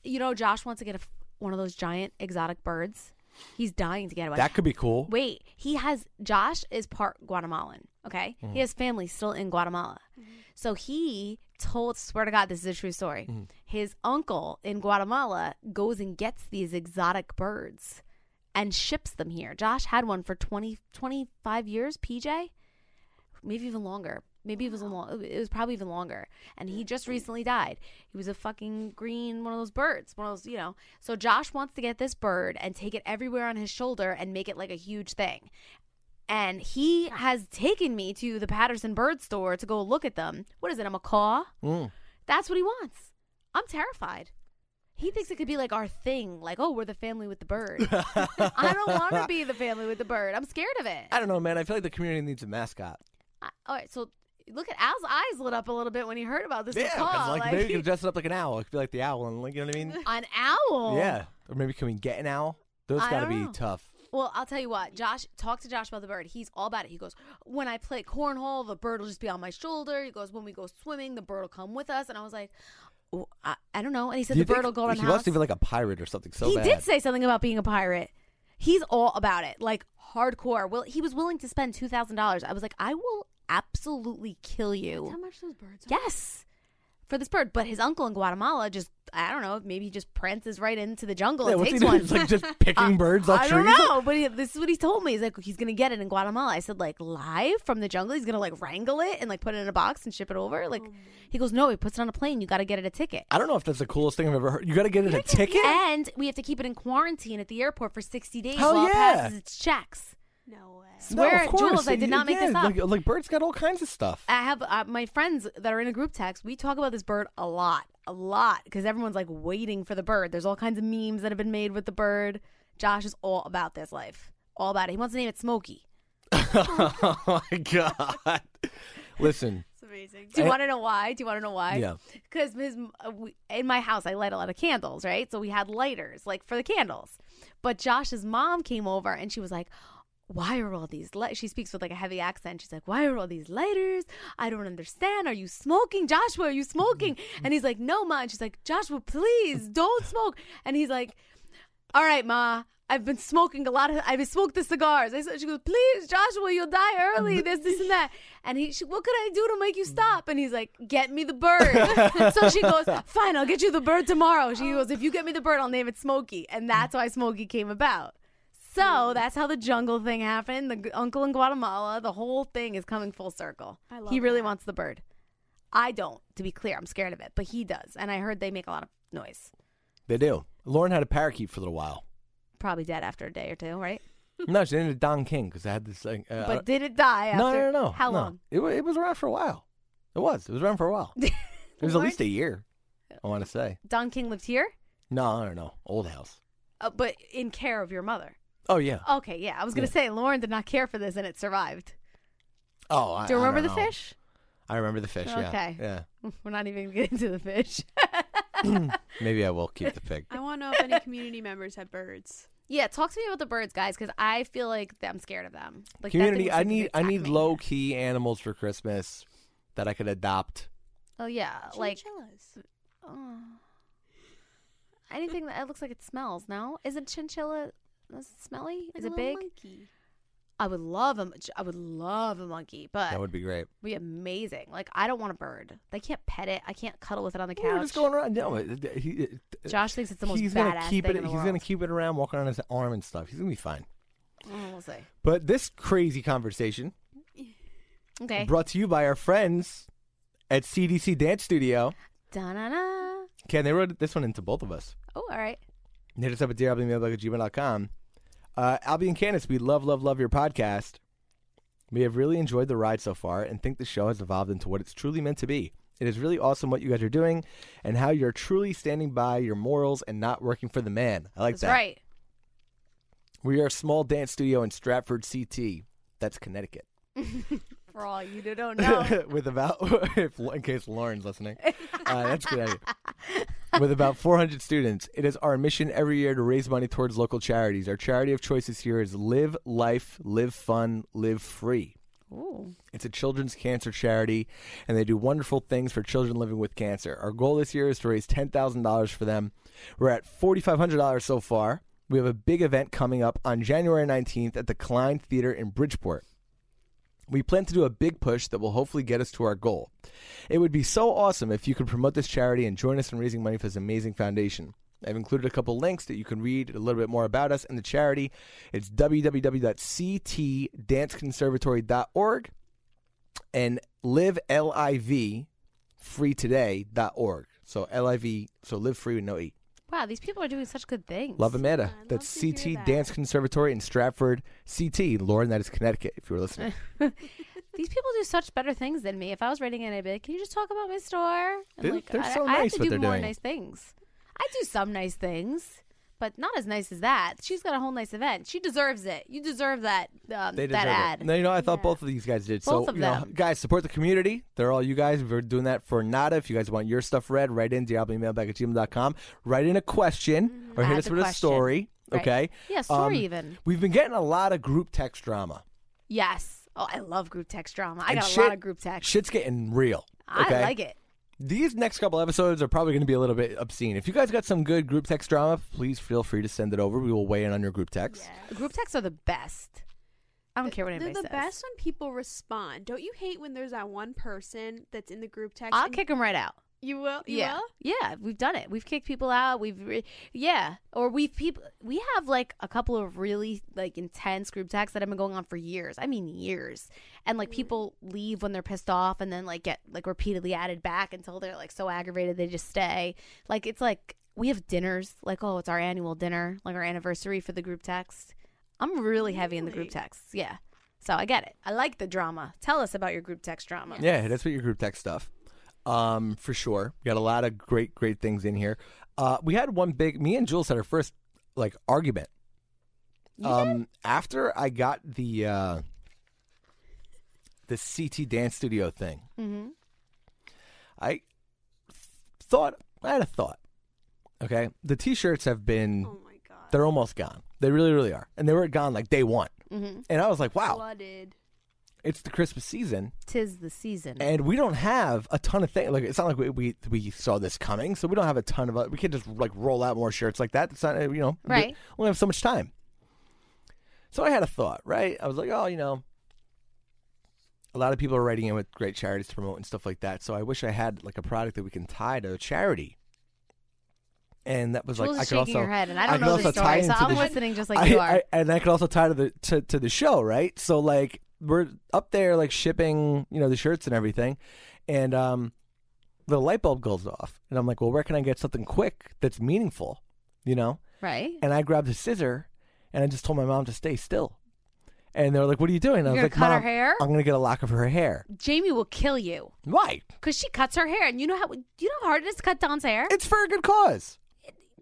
You know, Josh wants to get a, f- one of those giant exotic birds. He's dying to get one.
That could be cool.
Wait, he has Josh is part Guatemalan. Okay,
Mhm.
he has family still in Guatemala, so he told. Swear to God, this is a true story. His uncle in Guatemala goes and gets these exotic birds and ships them here. Josh had one for 20, 25 years. PJ, maybe even longer. Maybe it was a long, it was probably even longer. And he just recently died. He was a fucking green one of those birds, one of those, you know. So Josh wants to get this bird and take it everywhere on his shoulder and make it like a huge thing. And he has taken me to the Patterson Bird Store to go look at them. What is it? A macaw?
Mm.
That's what he wants. I'm terrified. He thinks it could be like our thing, like oh, we're the family with the bird. I don't want to be the family with the bird. I'm scared of it.
I don't know, man. I feel like the community needs a mascot.
I- all right, so look at Al's eyes lit up a little bit when he heard about this
yeah, 'cause,
macaw.
like,
Like,
maybe you can dress it up like an owl. It could be like the owl, and like you know what I mean?
an owl.
Yeah, or maybe can we get an owl? Those
I
got to
don't
be
know.
tough.
Well, I'll tell you what, Josh, talk to Josh about the bird. He's all about it. He goes, When I play cornhole, the bird will just be on my shoulder. He goes, When we go swimming, the bird will come with us. And I was like, "Oh, I, I don't know. And he said,
Do you
The bird
think
will go on
He
house.
wants to be like a pirate or something. So
he
bad.
did say something about being a pirate. He's all about it, like hardcore. Well, he was willing to spend $2,000. I was like, I will absolutely kill you.
That's how much those birds are.
Yes, for this bird. But his uncle in Guatemala just, I don't know, maybe he just prances right into the jungle
Yeah,
and
what's he
takes one.
doing? He's, like just picking
Uh,
birds off
I
trees.
don't know, but he, this is what he told me. He's like, he's going to get it in Guatemala. I said, like, live from the jungle? He's going to, like, wrangle it and, like, put it in a box and ship it over? Like, he goes, no, he puts it on a plane. You got to get it a ticket.
I don't know if that's the coolest thing I've ever heard. You got to get it a ticket.
And we have to keep it in quarantine at the airport for 60 days
Hell
while it
yeah.
passes its checks.
No way.
No,
Swear
of
at
course.
Jules, I did not make this
Yeah,
up.
Like, like birds got all kinds of stuff.
I have uh, my friends that are in a group text. We talk about this bird a lot, a lot, because everyone's like waiting for the bird. There's all kinds of memes that have been made with the bird. Josh is all about this life, all about it. He wants to name it Smokey.
oh my god! Listen,
It's amazing.
Do you
Eh.
want to know why? Do you want to know why?
Yeah.
Because his uh, we, in my house, I light a lot of candles, right? So we had lighters like for the candles. But Josh's mom came over and she was like, "Why are all these?" Li-? She speaks with like a heavy accent. She's like, "Why are all these lighters? I don't understand. Are you smoking, Joshua? Are you smoking?" And he's like, "No, ma." And she's like, "Joshua, please don't smoke." And he's like, "All right, ma." I've been smoking a lot of. I've smoked the cigars. I said, she goes, please, Joshua, you'll die early. This, this, and that. And he, she, what could I do to make you stop? And he's like, get me the bird. so she goes, fine, I'll get you the bird tomorrow. She goes, if you get me the bird, I'll name it Smokey. And that's why Smokey came about. So that's how the jungle thing happened. The g- uncle in Guatemala, the whole thing is coming full circle.
I love
he really
that.
wants the bird. I don't, to be clear. I'm scared of it, but he does. And I heard they make a lot of noise.
they do. Lauren had a parakeet for a little while.
Probably dead after a day or two, right?
No, she named it Don King because I had this thing. Uh,
but did it die after?
no, no, no, no.
How
no.
long?
It, wa- it was around for a while. It was. It was around for a while. It was at
Lauren-
least a year. I want to say.
Don King lived here,
No, I don't know. Old house.
uh, but in care of your mother.
Oh yeah.
Okay, yeah. I was going to
Yeah.
say Lauren did not care for this and it survived.
Oh, I,
Do you
I
remember the
don't know.
fish?
I remember the fish. Yeah.
Okay.
Yeah.
We're not even getting to the fish.
Hmm. Maybe I will keep the pig.
I want to know if any community members have birds.
yeah, talk to me about the birds, guys, because I feel like that I'm scared of them. Like that thing
Community.
looks
I
like it
need.
could
I
attack
need
me.
low key animals for Christmas that I could adopt.
Oh yeah, like
Chinchillas.
oh. anything that looks like it smells. No, isn't chinchilla is it smelly?
Like
is
a
it
little
big?
Monkey.
I would love a. I would love a monkey, but
That would be great.
be amazing. Like I don't want a bird. They can't pet it. I can't cuddle with it on the
We
couch.
We're just going around. No, it- it- he, it-
Josh thinks it's the most
he's
badass
gonna keep
thing
it.
in the
he's
world.
gonna keep it around, walking on his arm
Mm,
and stuff. He's gonna be fine.
Oh, we'll see.
But this crazy conversation
Okay.
Brought to you by our friends at CDC Dance Studio.
Da na na.
Ken, they wrote this one into both of us.
Oh, all right.
Hit us up at dearalbummailbag at gmail.com. Uh, Albie and Candace, we love, love, love your podcast. We have really enjoyed the ride so far and think the show has evolved into what it's truly meant to be. It is really awesome what you guys are doing and how you're truly standing by your morals and not working for the man. I like
That's
that.
right.
We are a small dance studio in Stratford, CT. That's Connecticut.
For all you that don't know.
with about if, in case Lauren's listening, uh, that's a good. idea. With about 400 students, it is our mission every year to raise money towards local charities. Our charity of choice this year is Live Life, Live Fun, Live Free.
Ooh.
It's a children's cancer charity, and they do wonderful things for children living with cancer. Our goal this year is to raise $10,000 for them. We're at $4,500 so far. We have a big event coming up on January 19th at the Klein Theater in Bridgeport. We plan to do a big push that will hopefully get us to our goal. It would be so awesome if you could promote this charity and join us in raising money for this amazing foundation. I've included a couple links that you can read a little bit more about us and the charity. It's www.ctdanceconservatory.org and live L I V free today.org. So L I V, so live free with no E.
wow, these people are doing such good things.
Love Amanda. That's CT Dance Conservatory in Stratford, CT. Lauren, that is Connecticut, if you were listening.
These people do such better things than me. If I was writing it, I'd be like, "Can you just talk about my store?" I'm
They're-
like,
they're
I,
so
I have
nice
to
what
do
they're
more
doing.
nice things. I do some nice things, but not as nice as that. She's got a whole nice event. She deserves it. You deserve that. Um,
They
that
deserve it.
ad.
No, you know, I thought both of these guys did.
Both
so,
of
you know,
them.
guys, support the community. They're all you guys. We're doing that for nada. If you guys want your stuff read, write in diabloemailbag at gmail.com. Write in a question or
Mm-hmm. Add
hit us
the
with a
question.
story.
Right.
Okay. Um,
Yeah, story even.
We've been getting a lot of group text drama.
Yes. Oh, I love group text drama. I
And
got a
shit-
lot of group text.
Shit's getting real.
I
okay?
like it.
These next couple episodes are probably going to be a little bit obscene. If you guys got some good group text drama, please feel free to send it over. We will weigh in on your group text.
Group texts are the best. I don't care what
They're
anybody
the
says.
best when people respond. Don't you hate when there's that one person that's in the group text?
I'll
and
kick them right out.
You will. You
yeah,
Will?
yeah, we've done it. We've kicked people out. We've re- yeah, or we've people. We have like a couple of really like intense group texts that have been going on for years. I mean years, and like people leave when they're pissed off, and then like get like repeatedly added back until they're like so aggravated they just stay. Like it's like we have dinners. Like oh, it's our annual dinner, like our anniversary for the group text. I'm really heavy in the group texts. Yeah. So I get it. I like the drama. Tell us about your group text drama.
Yeah, hit us with your group text stuff. Um, for sure. We got a lot of great, great things in here. Uh, we had one big me and Jules had our first like argument. um after I got the uh the CT dance studio thing,
Mm-hmm.
I th- thought I had a thought. Okay. The t shirts have been Oh my god. They're almost gone. They really, really are. And they were gone like day one.
Mm-hmm.
And I was like, wow,
Flooded.
it's the Christmas season.
Tis the season.
And we don't have a ton of things. Like it's not like we, we we saw this coming, so we don't have a ton of. uh, We can't just like roll out more shirts like that. It's not uh, you know we
Right.
only have so much time. So I had a thought. Right, I was like, oh, you know, a lot of people are writing in with great charities to promote and stuff like that. So I wish I had like a product that we can tie to a charity. And that was
Jules
like I
is
could
shaking
also
her head, and I don't
could
know this
also
story,
tie
so
into
I'm
the-
listening just like
I-
you are.
I- and I could also tie to the to, to the show, right? So like we're up there like shipping, you know, the shirts and everything, and um, the light bulb goes off, and I'm like, well, where can I get something quick that's meaningful, you know?
Right.
And I grabbed a scissor, and I just told my mom to stay still, and they were like, what are you doing? And I was
You're
like,
gonna cut her
Mom,
hair?
I'm gonna get a lock of her hair.
Jamie will kill you
Why?
because she cuts her hair, and you know how do you know how hard it is to cut Don's hair?
It's for a good cause.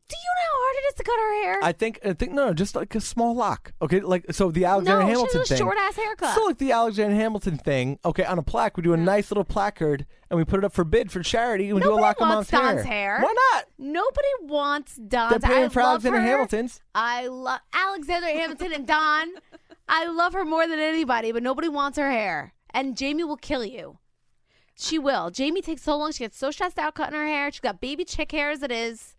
do you know how hard it is to cut her hair?
I think I think no, just like a small lock. Okay, like so the Alexander
No, she
Hamilton
has a
thing.
short-ass haircut.
So like the Alexander Hamilton thing. Okay, on a plaque, we do a nice little placard and we put it up for bid for charity. and We do
Nobody
a lock
wants
of mom's
Don's hair.
Why not?
Nobody wants Don's.
They're
I
paying for
love
Alexander
her.
Hamilton's.
I love Alexander Hamilton and Don. I love her more than anybody, but nobody wants her hair. And Jamie will kill you. She will. Jamie takes so long. She gets so stressed out cutting her hair. She's got baby chick hair as it is.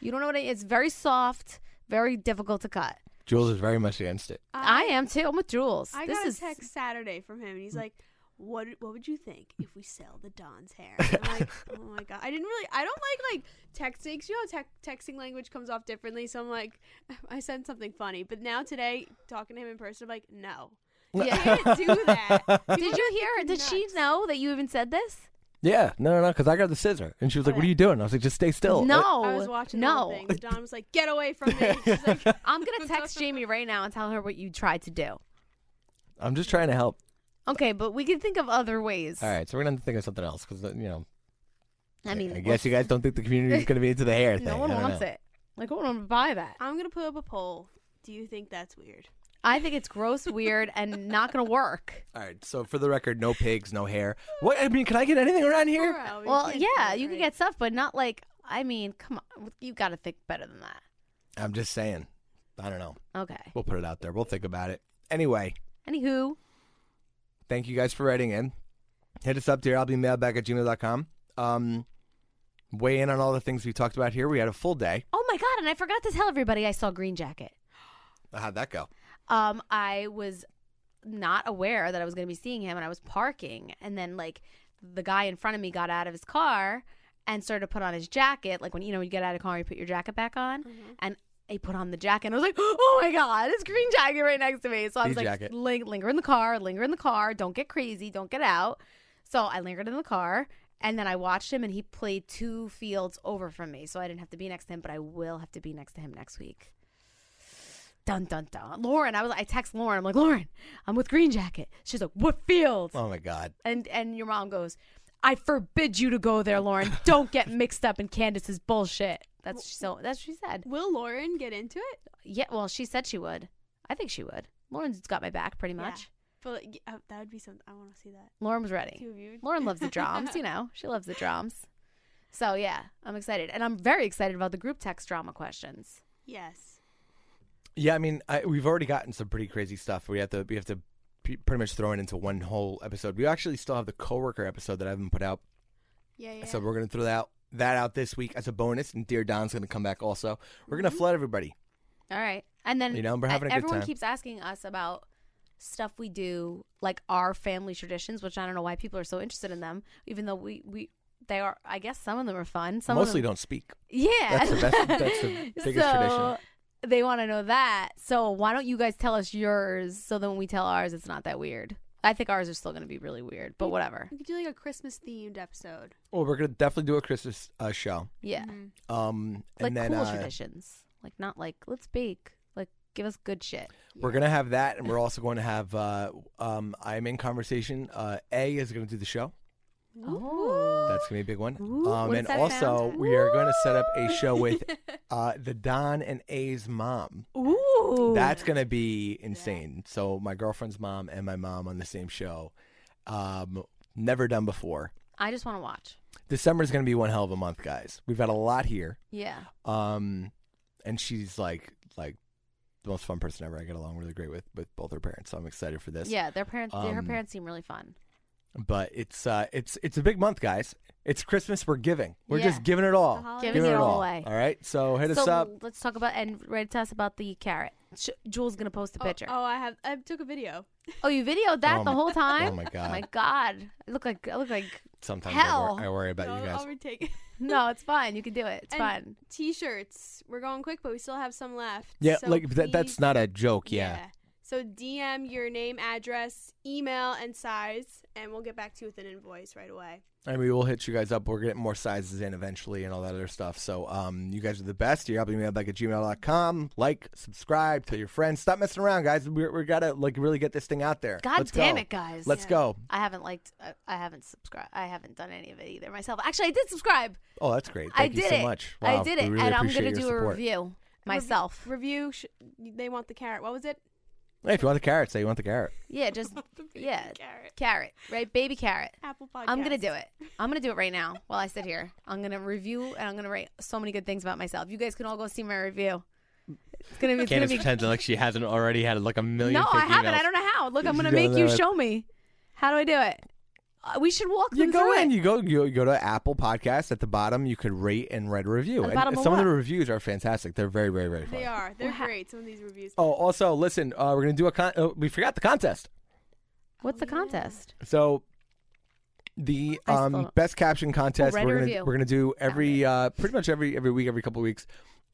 You don't know what it is. Very soft, very difficult to cut.
Jules is very much against it.
I, am too. I'm with Jules.
I
this
got
is
a text Saturday from him, and he's like, "What? What would you think if we sell the Don's hair?" And I'm like, "Oh my god, I didn't really. I don't like like texting. 'cause You know, how tec- texting language comes off differently. So I'm like, I sent something funny, but now today, talking to him in person, I'm like, no, can't do that.
Did you hear? Did she know that you even said this?
Yeah, no, no, no, because I grabbed the scissor and she was like, "What are you doing?" I was like, "Just stay still."
No,
I was watching the whole
no.
thing. Don was like, "Get away from me." She's like,
I'm gonna text Jamie right now and tell her what you tried to do.
I'm just trying to help.
Okay, but we can think of other ways.
All right, so we're gonna have to think of something else because you know,
I mean,
I guess you guys don't think the community is gonna be into the hair thing.
no one wants it. Like, I want to buy that.
I'm gonna put up a poll. Do you think that's weird?
I think it's gross, weird, and not gonna work.
All right, so for the record, no pigs, no hair. What I mean, can I get anything around here?
Bro, you
Well,
Oh, can't do
yeah,
it,
you can
right?
get stuff, but not like. I mean, come on, you got to think better than that.
I'm just saying. I don't know.
Okay.
We'll put it out there. We'll think about it. Anyway,
Anywho,
thank you guys for writing in. Hit us up, dear. I'll be mailback at gmail.com. Um, weigh in on all the things we talked about here. We had a full day.
oh my god, and I forgot to tell everybody I saw Green Jacket.
How'd that go?
Um, I was not aware that I was going to be seeing him, and I was parking, and then like the guy in front of me got out of his car and started to put on his jacket, like when you know when you get out of a car, you put your jacket back on, and he put on the jacket, and I was like, oh my god, it's Green Jacket right next to me. So I
The
was like,
jacket.
ling- linger in the car, linger in the car, don't get crazy, don't get out. So I lingered in the car. And then I watched him, and he played two fields over from me, so I didn't have to be next to him. But I will have to be next to him next week dun dun dun. Lauren, I was I text Lauren. I'm like, Lauren, I'm with Green Jacket. She's like, what field?
Oh my God.
And and your mom goes, I forbid you to go there, Lauren. Don't get mixed up in Candace's bullshit. That's so. That's what she said.
Will Lauren get into it?
Yeah. Well, she said she would. I think she would. Lauren's got my back pretty
Yeah.
much.
But like, y- uh, that would be something. I want to see that.
Lauren was
Two
ready.
of you.
Lauren loves the drums. You know, she loves the drums. So yeah, I'm excited, and I'm very excited about the group text drama questions.
Yes.
Yeah, I mean, I, we've already gotten some pretty crazy stuff. We have to, we have to p- pretty much throw it into one whole episode. We actually still have the coworker episode that I haven't put out.
Yeah, yeah.
So we're gonna throw that out, that out this week as a bonus, and Dear Don's gonna come back also. We're
Mm-hmm.
gonna flood everybody.
All right. And then
You know, we're having a good
everyone
time.
keeps asking us about stuff we do, like our family traditions, which I don't know why people are so interested in them, even though we, we they are I guess some of them are fun. Some
Mostly
of them,
don't speak.
Yeah.
That's the best- that's the biggest
so, They want to know that. So why don't you guys tell us yours so then when we tell ours it's not that weird. I think ours are still going to be really weird, but whatever.
We could do like a Christmas themed episode.
Well, we're gonna definitely do a Christmas uh, show.
Yeah.
Um,
Like
and then
cool
uh,
traditions. Like not like let's bake. Like give us good shit.
we're gonna have that, and we're also going to have. Uh, um, I'm in conversation. Uh, a is gonna do the show.
Oh.
That's gonna be a big one.
Ooh,
um,
what
and
does that
also
sound?
we are going to set up a show with uh, the Don and A's mom.
Ooh.
Oh,
That's gonna be insane. So my girlfriend's mom and my mom on the same show. Um, never done before.
I just want to watch.
December is going to be one hell of a month, guys. We've had a lot here.
Yeah.
Um, and she's like, like the most fun person ever. I get along really great with with both her parents, so I'm excited for this.
Yeah, their parents, their- her
Um,
parents seem really fun.
But it's uh, it's it's a big month, guys. It's Christmas. We're giving. We're
Yeah.
just giving it all.
holidays.
Giving it all away.
All right. So hit us
so
up.
let's talk about and write to us about the carrot. Sh- Jules gonna post the
Oh,
picture.
Oh, I have. I took a video.
Oh, you videoed that
Oh
the
my-
whole time.
oh my God.
my god! I look like I look like.
Sometimes I,
Hell.
wor- I worry about
No,
you
I'll
guys.
retake. it.
No, it's fine. You can do it. It's
And
fun.
T-shirts. We're going quick, but we still have some left.
Yeah,
So
like that, that's
please-
not a joke. Yeah.
So DM your name, address, email, and size, and we'll get back to you with an invoice right away.
And we will hit you guys up. We're getting more sizes in eventually and all that other stuff. So um, you guys are the best. You're helping me out back at gmail.com. Like, subscribe, tell your friends. Stop messing around, guys. We, we got to like really get this thing out there.
God
Let's
damn
go.
it, guys!
Let's go.
I haven't liked. I, I haven't subscribed. I haven't done any of it either myself. Actually, I did subscribe.
Oh, that's great.
I
Thank
did
you so
it.
much.
I
Wow,
did
we
it,
really
and I'm
appreciate
gonna
your
do a
support.
review myself.
Review. Sh- they want the carrot. What was it?
Hey, if you want the carrot, say you want the carrot.
yeah, just yeah,
Carrot. Oh,
carrot, right? Baby carrot.
Apple Podcast.
I'm gonna do it. I'm gonna do it right now while I sit here. I'm gonna review and I'm gonna write so many good things about myself. You guys can all go see my review. It's gonna be. It's gonna be
like she hasn't already had like a million.
no, I haven't. I don't know how. Look, I'm
You
gonna
don't
make you
know it.
show me. How do I do it? Uh, we should walk them
You go
through
in,
it.
you go, you, you go to Apple Podcast. At the bottom, you could rate and write a review.
At the
And
bottom of
some of the
what?
reviews are fantastic. They're very, very, very fun.
They are. They're great. Some of these reviews.
Oh, also, listen, uh, we're going to do a con- oh, we forgot the contest.
What's the contest?
So the
I still
um,
don't-
best caption contest
write a
we're gonna
review.
we're gonna do every uh, pretty much every every week, every couple weeks.